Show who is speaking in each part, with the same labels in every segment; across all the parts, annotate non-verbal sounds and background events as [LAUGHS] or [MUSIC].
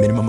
Speaker 1: Minimum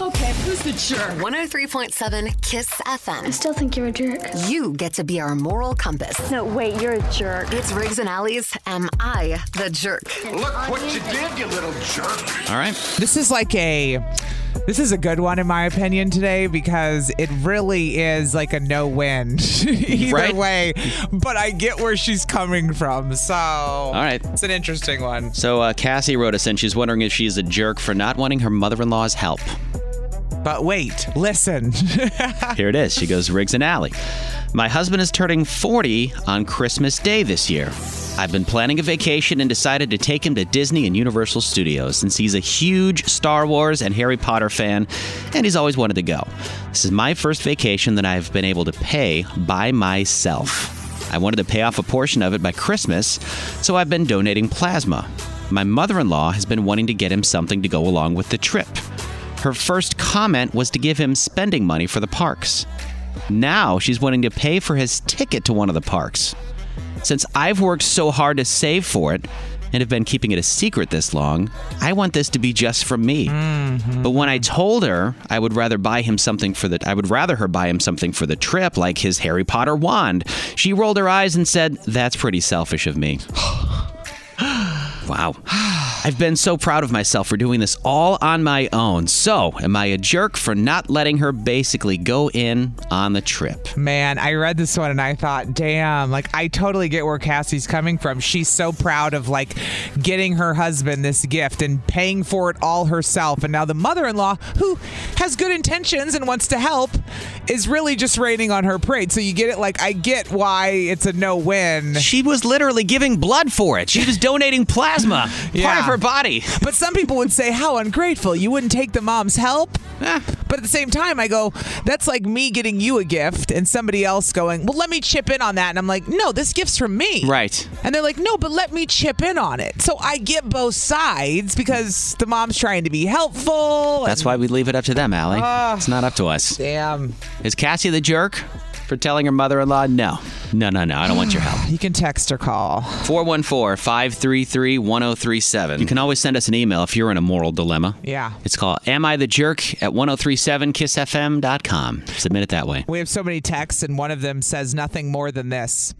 Speaker 2: Okay, who's the jerk?
Speaker 3: 103.7 KISS FM.
Speaker 4: I still think you're a jerk.
Speaker 3: You get to be our moral compass.
Speaker 4: No, wait, you're a jerk.
Speaker 3: It's Riggs and Allies. Am I the jerk?
Speaker 5: Look what you did, you little jerk.
Speaker 6: All right.
Speaker 7: This is like a this is a good one in my opinion today because it really is like a no win [LAUGHS] either
Speaker 6: Right?
Speaker 7: way. But I get where she's coming from. So All
Speaker 6: right.
Speaker 7: It's an interesting one.
Speaker 6: So uh, Cassie wrote us in. She's wondering if she's a jerk for not wanting her mother-in-law's help.
Speaker 7: But wait, listen. [LAUGHS]
Speaker 6: Here it is. She goes, Riggs and Alley. My husband is turning 40 on Christmas Day this year. I've been planning a vacation and decided to take him to Disney and Universal Studios since he's a huge Star Wars and Harry Potter fan and he's always wanted to go. This is my first vacation that I've been able to pay by myself. I wanted to pay off a portion of it by Christmas, so I've been donating plasma. My mother in law has been wanting to get him something to go along with the trip. Her first comment was to give him spending money for the parks. Now she's wanting to pay for his ticket to one of the parks. Since I've worked so hard to save for it and have been keeping it a secret this long, I want this to be just from me. But when I told her I would rather buy him something for the I would rather her buy him something for the trip like his Harry Potter wand, she rolled her eyes and said, "That's pretty selfish of me." [SIGHS] Wow. [SIGHS] I've been so proud of myself for doing this all on my own. So, am I a jerk for not letting her basically go in on the trip?
Speaker 7: Man, I read this one and I thought, damn, like I totally get where Cassie's coming from. She's so proud of like getting her husband this gift and paying for it all herself. And now the mother in law, who has good intentions and wants to help, is really just raining on her parade. So you get it? Like, I get why it's a no win.
Speaker 6: She was literally giving blood for it.
Speaker 7: [LAUGHS]
Speaker 6: She was donating plasma, part
Speaker 7: Yeah.
Speaker 6: of her body.
Speaker 7: But some people would say, how ungrateful. You wouldn't take the mom's help.
Speaker 6: Eh.
Speaker 7: But at the same time, I go, that's like me getting you a gift and somebody else going, well, let me chip in on that. And I'm like, no, this gift's from me.
Speaker 6: Right.
Speaker 7: And they're like, no, but let me chip in on it. So I get both sides because the mom's trying to be helpful.
Speaker 6: That's
Speaker 7: and-
Speaker 6: why we leave it up to them, Allie.
Speaker 7: Ah.
Speaker 6: it's not up to us.
Speaker 7: Damn.
Speaker 6: Is Cassie the jerk for telling her mother in law, no, no, no, no, I don't want your
Speaker 7: [SIGHS]
Speaker 6: help?
Speaker 7: You can text or call.
Speaker 6: 414 533 1037. You can always send us an email if you're in a moral dilemma.
Speaker 7: Yeah.
Speaker 6: It's called Am I the Jerk at 1037kissfm.com. Submit it that way.
Speaker 7: We have so many texts, and one of them says nothing more than this.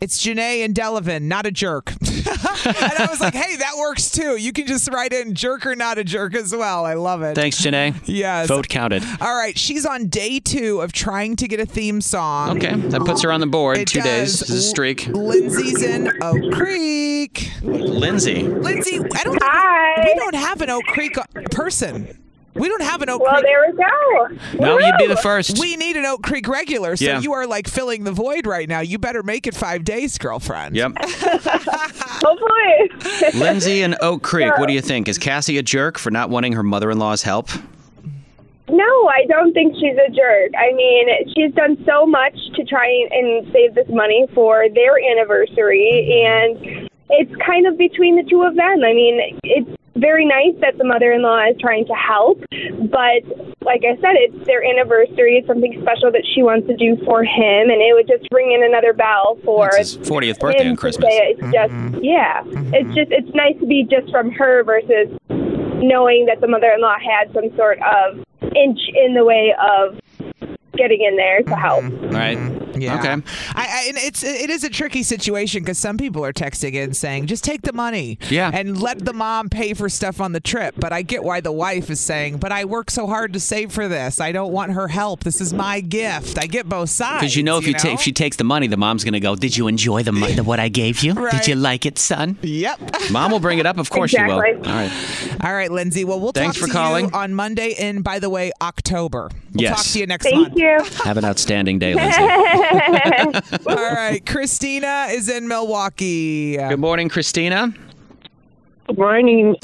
Speaker 7: It's Janae and Delavan, not a jerk. [LAUGHS] and I was like, hey, that works too. You can just write in jerk or not a jerk as well. I love it.
Speaker 6: Thanks, Janae.
Speaker 7: [LAUGHS] Yes.
Speaker 6: Vote counted.
Speaker 7: All right, she's on day two of trying to get a theme song.
Speaker 6: Okay. That puts her on the board.
Speaker 7: It
Speaker 6: Two days.
Speaker 7: does.
Speaker 6: This is a streak.
Speaker 7: Lindsay's in Oak Creek.
Speaker 6: Lindsay.
Speaker 7: Lindsay, I don't. think-
Speaker 8: Hi.
Speaker 7: We don't have an Oak Creek uh, person. We don't have an Oak
Speaker 8: Well,
Speaker 7: Creek.
Speaker 8: there we go.
Speaker 6: No,
Speaker 8: Woo!
Speaker 6: you'd be the first.
Speaker 7: We need an Oak Creek regular. So
Speaker 6: Yeah.
Speaker 7: you are like filling the void right now. You better make it five days, girlfriend.
Speaker 6: Yep.
Speaker 8: Hopefully.
Speaker 6: Lindsay and Oak Creek, what do you think? Is Cassie a jerk for not wanting her mother in law's help?
Speaker 8: no, I don't think she's a jerk. I mean, she's done so much to try and save this money for their anniversary, and it's kind of between the two of them. I mean, it's very nice that the mother in law is trying to help, but like I said, it's their anniversary. It's something special that she wants to do for him, and it would just ring in another bell for
Speaker 6: It's his 40th birthday
Speaker 8: him
Speaker 6: on
Speaker 8: to
Speaker 6: Christmas.
Speaker 8: say It's just
Speaker 6: Mm-hmm.
Speaker 8: yeah. It's just it's nice to be just from her versus knowing that the mother-in-law had some sort of inch in the way of getting in there to help.
Speaker 6: Mm-hmm. All right.
Speaker 7: Mm-hmm. Yeah.
Speaker 6: Okay.
Speaker 7: I, I, and it's it is a tricky situation because some people are texting in saying just take the money.
Speaker 6: Yeah.
Speaker 7: And let the mom pay for stuff on the trip. But I get why the wife is saying, but I work so hard to save for this. I don't want her help. This is my gift. I get both sides.
Speaker 6: Because you know, if you, ta- if she takes the money, the mom's gonna go. Did you enjoy the money, what I gave you? Did you like it, son?
Speaker 7: Yep.
Speaker 6: Mom will bring it up. Of course she will.
Speaker 7: Exactly.
Speaker 6: All right.
Speaker 7: All right, Lindsay. Well, we'll
Speaker 6: Thanks
Speaker 7: talk
Speaker 6: for
Speaker 7: to
Speaker 6: calling.
Speaker 7: you on Monday. And by the way, October. We'll
Speaker 6: Yes.
Speaker 7: talk to you next
Speaker 8: Thank
Speaker 7: month.
Speaker 8: you.
Speaker 6: Have an outstanding
Speaker 8: [LAUGHS]
Speaker 6: day, Lindsay.
Speaker 7: All right, Christina is in Milwaukee.
Speaker 6: Good morning, Christina.
Speaker 9: Good morning.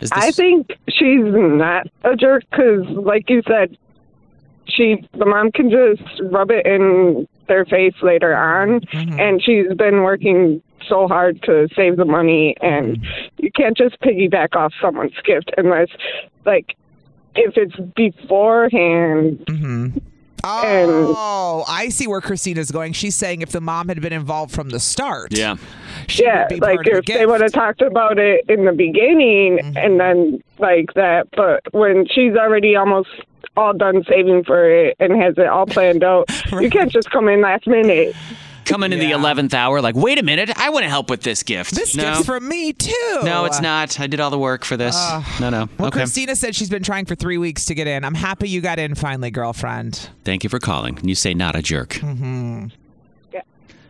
Speaker 6: Is this-
Speaker 9: I think she's not a jerk because, like you said, she the mom can just rub it in their face later on,
Speaker 6: Mm-hmm.
Speaker 9: and she's been working so hard to save the money, and
Speaker 6: Mm-hmm.
Speaker 9: you can't just piggyback off someone's gift unless, like, if it's beforehand.
Speaker 7: Oh, I see where Christina's going. She's saying if the mom had been involved from the start.
Speaker 6: Yeah.
Speaker 9: yeah,
Speaker 7: be
Speaker 9: like
Speaker 7: part of the Mm-hmm.
Speaker 9: if they would have talked about it in the beginning and then like that, but when she's already almost all done saving for it and has it all planned
Speaker 7: [LAUGHS]
Speaker 9: out, you can't just come in last minute.
Speaker 6: Coming in the eleventh hour, like, wait a minute, I want to help with this gift.
Speaker 7: This
Speaker 6: no,
Speaker 7: gift's from me too.
Speaker 6: no, it's not. I did all the work for this.
Speaker 7: Ugh.
Speaker 6: no, no.
Speaker 7: Well,
Speaker 6: okay.
Speaker 7: Christina said she's been trying for three weeks to get in. I'm happy you got in finally, girlfriend.
Speaker 6: Thank you for calling. You say not a jerk.
Speaker 7: hmm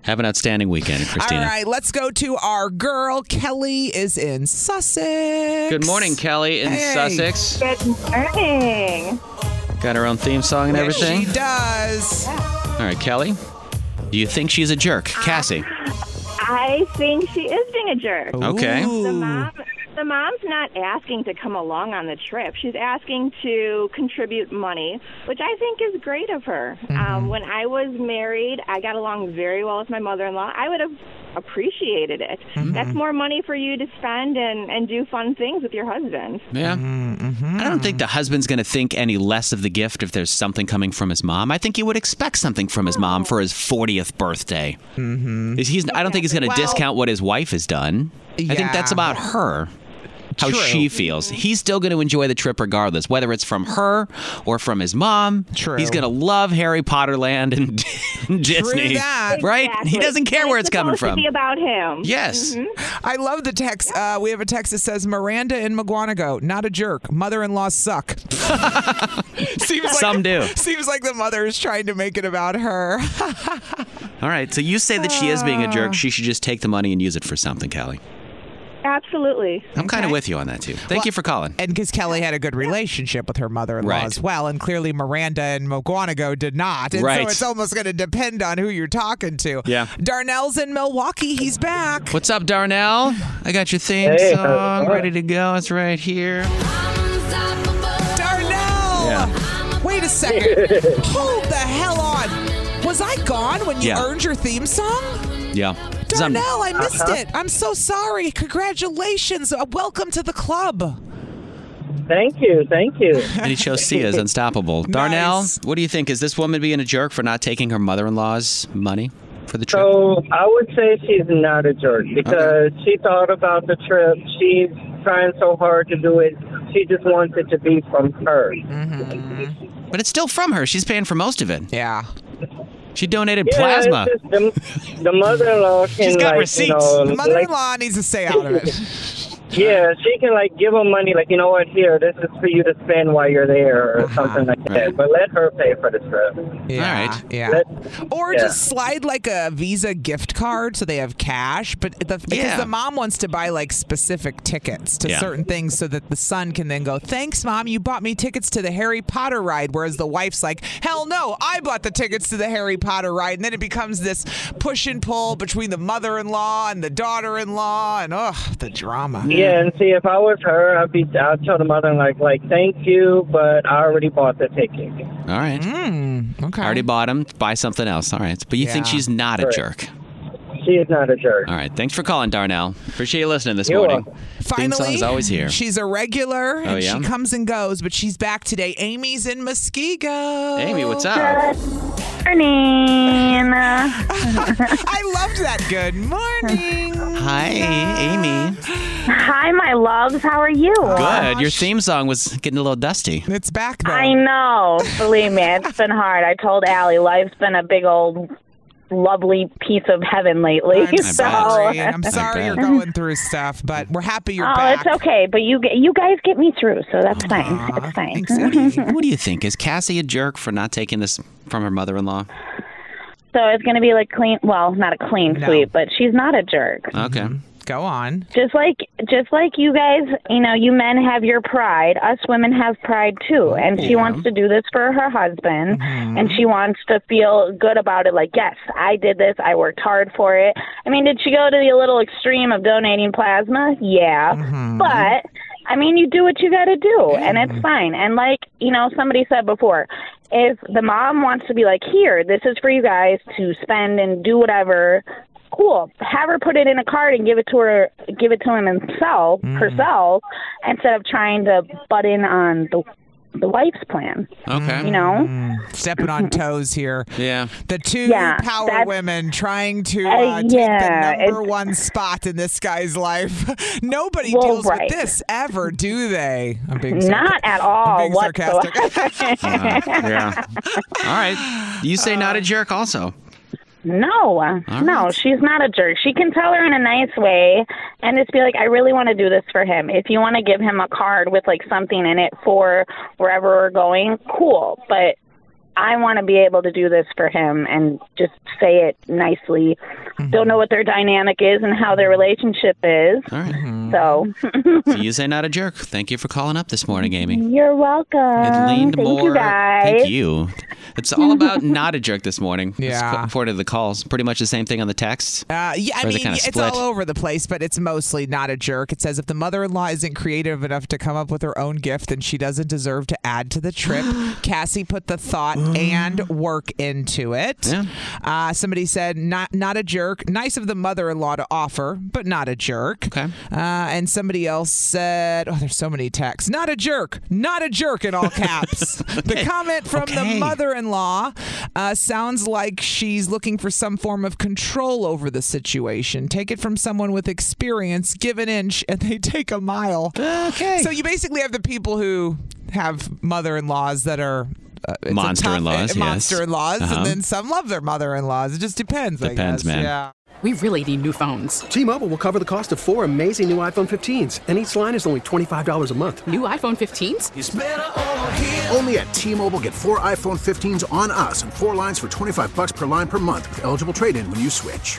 Speaker 6: Have an outstanding weekend, Christina.
Speaker 7: All right, let's go to our girl. Kelly is in Sussex.
Speaker 6: Good morning, Kelly in
Speaker 7: Hey.
Speaker 6: Sussex.
Speaker 10: Good morning.
Speaker 6: Got her own theme song and
Speaker 7: Yes,
Speaker 6: everything.
Speaker 7: She does.
Speaker 6: All right, Kelly. Do you think she's a jerk, Cassie?
Speaker 10: Uh, I think she is being a jerk.
Speaker 6: Okay. Ooh.
Speaker 10: The mom the mom's not asking to come along on the trip. She's asking to contribute money, which I think is great of her. Um, when I was married, I got along very well with my mother in law. I would have appreciated it. That's more money for you to spend and, and do fun things with your husband.
Speaker 6: Yeah. I don't think the husband's going to think any less of the gift if there's something coming from his mom. I think he would expect something from his mom for his 40th birthday. Mm-hmm. He's, I don't think he's going to
Speaker 7: Well-
Speaker 6: discount what his wife has done. I think that's
Speaker 7: Yeah.
Speaker 6: about her. How
Speaker 7: True.
Speaker 6: she feels. He's still going to enjoy the trip regardless, whether it's from her or from his mom. True. He's going to love Harry Potter land and, [LAUGHS] Disney.
Speaker 7: that.
Speaker 6: Right? He
Speaker 7: Exactly.
Speaker 6: doesn't care
Speaker 7: And
Speaker 6: where
Speaker 7: it's
Speaker 6: it's coming
Speaker 7: supposed to
Speaker 6: from.
Speaker 7: be
Speaker 10: About him.
Speaker 6: Yes.
Speaker 7: I love the text. Uh, we have a text that says Miranda in McGuanago, not a jerk. Mother in law suck. seems like,
Speaker 6: [LAUGHS] Some do.
Speaker 7: Seems like the mother is trying to make it about her.
Speaker 6: [LAUGHS] All right. So you say that she is being a
Speaker 7: Ah.
Speaker 6: jerk. She should just take the money and use it for something, Kelly.
Speaker 10: Absolutely.
Speaker 6: I'm kind of with you on that, too. Thank you for calling.
Speaker 7: and because Kelly had a good relationship with her mother in law
Speaker 6: Right.
Speaker 7: as well, and clearly Miranda and McGuanago did not. And
Speaker 6: Right.
Speaker 7: so it's almost going to depend on who you're talking to.
Speaker 6: Yeah.
Speaker 7: Darnell's in Milwaukee. He's back.
Speaker 6: What's up, Darnell? I got your theme
Speaker 7: Hey, how's it
Speaker 6: song
Speaker 7: going?
Speaker 6: ready to go. It's right here.
Speaker 7: Darnell! Wait a second. Hold the hell on. Was I gone when you
Speaker 6: Yeah.
Speaker 7: earned your theme song?
Speaker 6: Yeah. Some-
Speaker 7: Darnell, I missed it. I'm so sorry. Congratulations. Uh, welcome to the club.
Speaker 11: Thank you, thank you.
Speaker 6: And he chose Sia as unstoppable. Darnell, what do you think? Is this woman being a jerk for not taking her mother-in-law's money for the trip?
Speaker 11: So I would say she's not a jerk because she thought about the trip. She's trying so hard to do it. She just wants it to be from her.
Speaker 6: Mm-hmm. But it's still from her. She's paying for most of it.
Speaker 7: Yeah.
Speaker 6: She donated
Speaker 11: Yeah,
Speaker 6: plasma.
Speaker 11: it's just the, the mother-in-law can
Speaker 6: She's got
Speaker 11: like,
Speaker 6: receipts.
Speaker 11: You know,
Speaker 6: The
Speaker 7: mother-in-law needs to stay out of
Speaker 11: [LAUGHS]
Speaker 7: it.
Speaker 11: yeah, she can like give them money, like you know what, here, this is for you to spend while you're there
Speaker 6: Uh-huh.
Speaker 11: or something like that. But let her pay for the trip.
Speaker 7: Yeah,
Speaker 11: All right.
Speaker 7: yeah.
Speaker 6: Uh-huh.
Speaker 7: Or just slide like a Visa gift card so they have cash. But the, because
Speaker 11: Yeah.
Speaker 7: the mom wants to buy like specific tickets to
Speaker 11: Yeah.
Speaker 7: certain things so that the son can then go, Thanks, mom, you bought me tickets to the Harry Potter ride. Whereas the wife's like, Hell no, I bought the tickets to the Harry Potter ride. And then it becomes this push and pull between the mother in law and the daughter in law. And oh, the drama.
Speaker 11: Yeah, and see, if I was her, I'd be, I'd tell the mother like, like, thank you, but I already bought the ticket.
Speaker 6: All right.
Speaker 7: okay.
Speaker 6: Already bought them. Buy something else. All right. But you think
Speaker 11: Yeah.
Speaker 6: she's not a
Speaker 11: Right.
Speaker 6: jerk?
Speaker 11: She is not a jerk.
Speaker 6: All right. Thanks for calling, Darnell. Appreciate you listening this
Speaker 11: You're
Speaker 6: morning.
Speaker 7: Finally,
Speaker 6: theme song's always here.
Speaker 7: She's a regular,
Speaker 6: Oh,
Speaker 7: and
Speaker 6: yeah?
Speaker 7: she comes and goes, but she's back today. Amy's in Muskego.
Speaker 6: Amy, what's up?
Speaker 7: morning. I loved that. Good morning.
Speaker 6: Hi, Amy.
Speaker 12: Hi, my loves. How are you?
Speaker 6: Good. Your theme song was getting a little dusty.
Speaker 7: It's back
Speaker 12: I know. Believe me, it's been hard. I told Allie, life's been a big old
Speaker 6: lovely piece of heaven lately.
Speaker 7: I'm
Speaker 6: so
Speaker 7: sorry. I'm sorry
Speaker 6: [LAUGHS]
Speaker 7: you're going through stuff, but we're happy you're
Speaker 6: oh,
Speaker 7: back.
Speaker 6: it's okay. But you g- you guys get me through, so that's fine. It's fine.
Speaker 3: What do you think? Is Cassie a jerk for not taking this from her mother-in-law?
Speaker 6: so it's gonna be like clean. Well, not a clean sweep, but she's not a jerk.
Speaker 3: Okay.
Speaker 7: Mm-hmm. Go on.
Speaker 6: Just like just like you guys, you know, you men have your pride. Us women have pride too. And she wants to do this for her husband
Speaker 7: Mm-hmm.
Speaker 6: and she wants to feel good about it like, yes, I did this. I worked hard for it. I mean, did she go to the little extreme of donating plasma? Yeah.
Speaker 7: Mm-hmm.
Speaker 6: But I mean, you do what you got to do and it's fine. And like, you know, somebody said before, if the mom wants to be like, here, this is for you guys to spend and do whatever, cool. Have her put it in a card and give it to her, give it to him himself,
Speaker 7: Mm.
Speaker 6: herself, instead of trying to butt in on the the wife's plan.
Speaker 3: Okay.
Speaker 6: You know,
Speaker 7: Mm. Stepping on toes here.
Speaker 3: Yeah.
Speaker 7: The two
Speaker 6: Mm-hmm. Yeah,
Speaker 7: power
Speaker 6: that's-
Speaker 7: women trying to uh,
Speaker 6: Uh, yeah,
Speaker 7: take the number
Speaker 6: it's-
Speaker 7: one spot in this guy's life. [LAUGHS] Nobody
Speaker 6: Well,
Speaker 7: deals
Speaker 6: right.
Speaker 7: with this ever, do they? I'm being sarca-
Speaker 6: not at all
Speaker 7: I'm being sarcastic.
Speaker 6: whatsoever.
Speaker 3: Uh, yeah. All right. You say not a jerk also.
Speaker 6: No, uh, no, she's not a jerk. She can tell her in a nice way and just be like, I really want to do this for him. If you want to give him a card with like something in it for wherever we're going, cool. But I want to be able to do this for him and just say it nicely.
Speaker 3: Mm-hmm.
Speaker 6: Don't know what their dynamic is and how their relationship is.
Speaker 3: All right.
Speaker 6: So
Speaker 3: So you say not a jerk. Thank you for calling up this morning, Amy.
Speaker 6: you're welcome.
Speaker 3: It leaned
Speaker 6: Thank
Speaker 3: more.
Speaker 6: you guys.
Speaker 3: Thank you. It's all about not a jerk this morning.
Speaker 7: Yeah.
Speaker 3: It's forwarded the calls. Pretty much the same thing on the text.
Speaker 7: Uh, yeah, I
Speaker 3: Or is it
Speaker 7: mean,
Speaker 3: kinda
Speaker 7: it's
Speaker 3: split?
Speaker 7: all over the place, but it's mostly not a jerk. It says if the mother-in-law isn't creative enough to come up with her own gift, then she doesn't deserve to add to the trip. Cassie put the thought and work into it. Uh, somebody said not not a jerk. Nice of the mother-in-law to offer, but not a jerk. Okay. Uh, and somebody else said, oh, there's so many texts. Not a jerk. Not a jerk in all caps. The comment from the mother-in-law uh, sounds like she's looking for some form of control over the situation. Take it from someone with experience. Give an inch, and they take a mile. Okay. So you basically have the people who have mother-in-laws that are. Uh, it's a tough-
Speaker 3: Monster-in-laws, yes.
Speaker 7: monster-in-laws,
Speaker 3: Uh-huh.
Speaker 7: and then some love their mother-in-laws. It just depends.
Speaker 3: Depends,
Speaker 7: I guess.
Speaker 3: man.
Speaker 7: Yeah.
Speaker 13: We really need new phones. T-Mobile will cover the cost of four amazing new iPhone 15s, and each line is only $25 a month.
Speaker 14: New iPhone 15s?
Speaker 15: Only at T-Mobile, get four iPhone 15s on us and four lines for 25 bucks per line per month with eligible trade-in when you switch.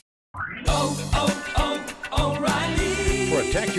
Speaker 16: Protect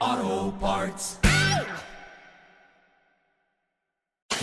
Speaker 17: Auto Parts.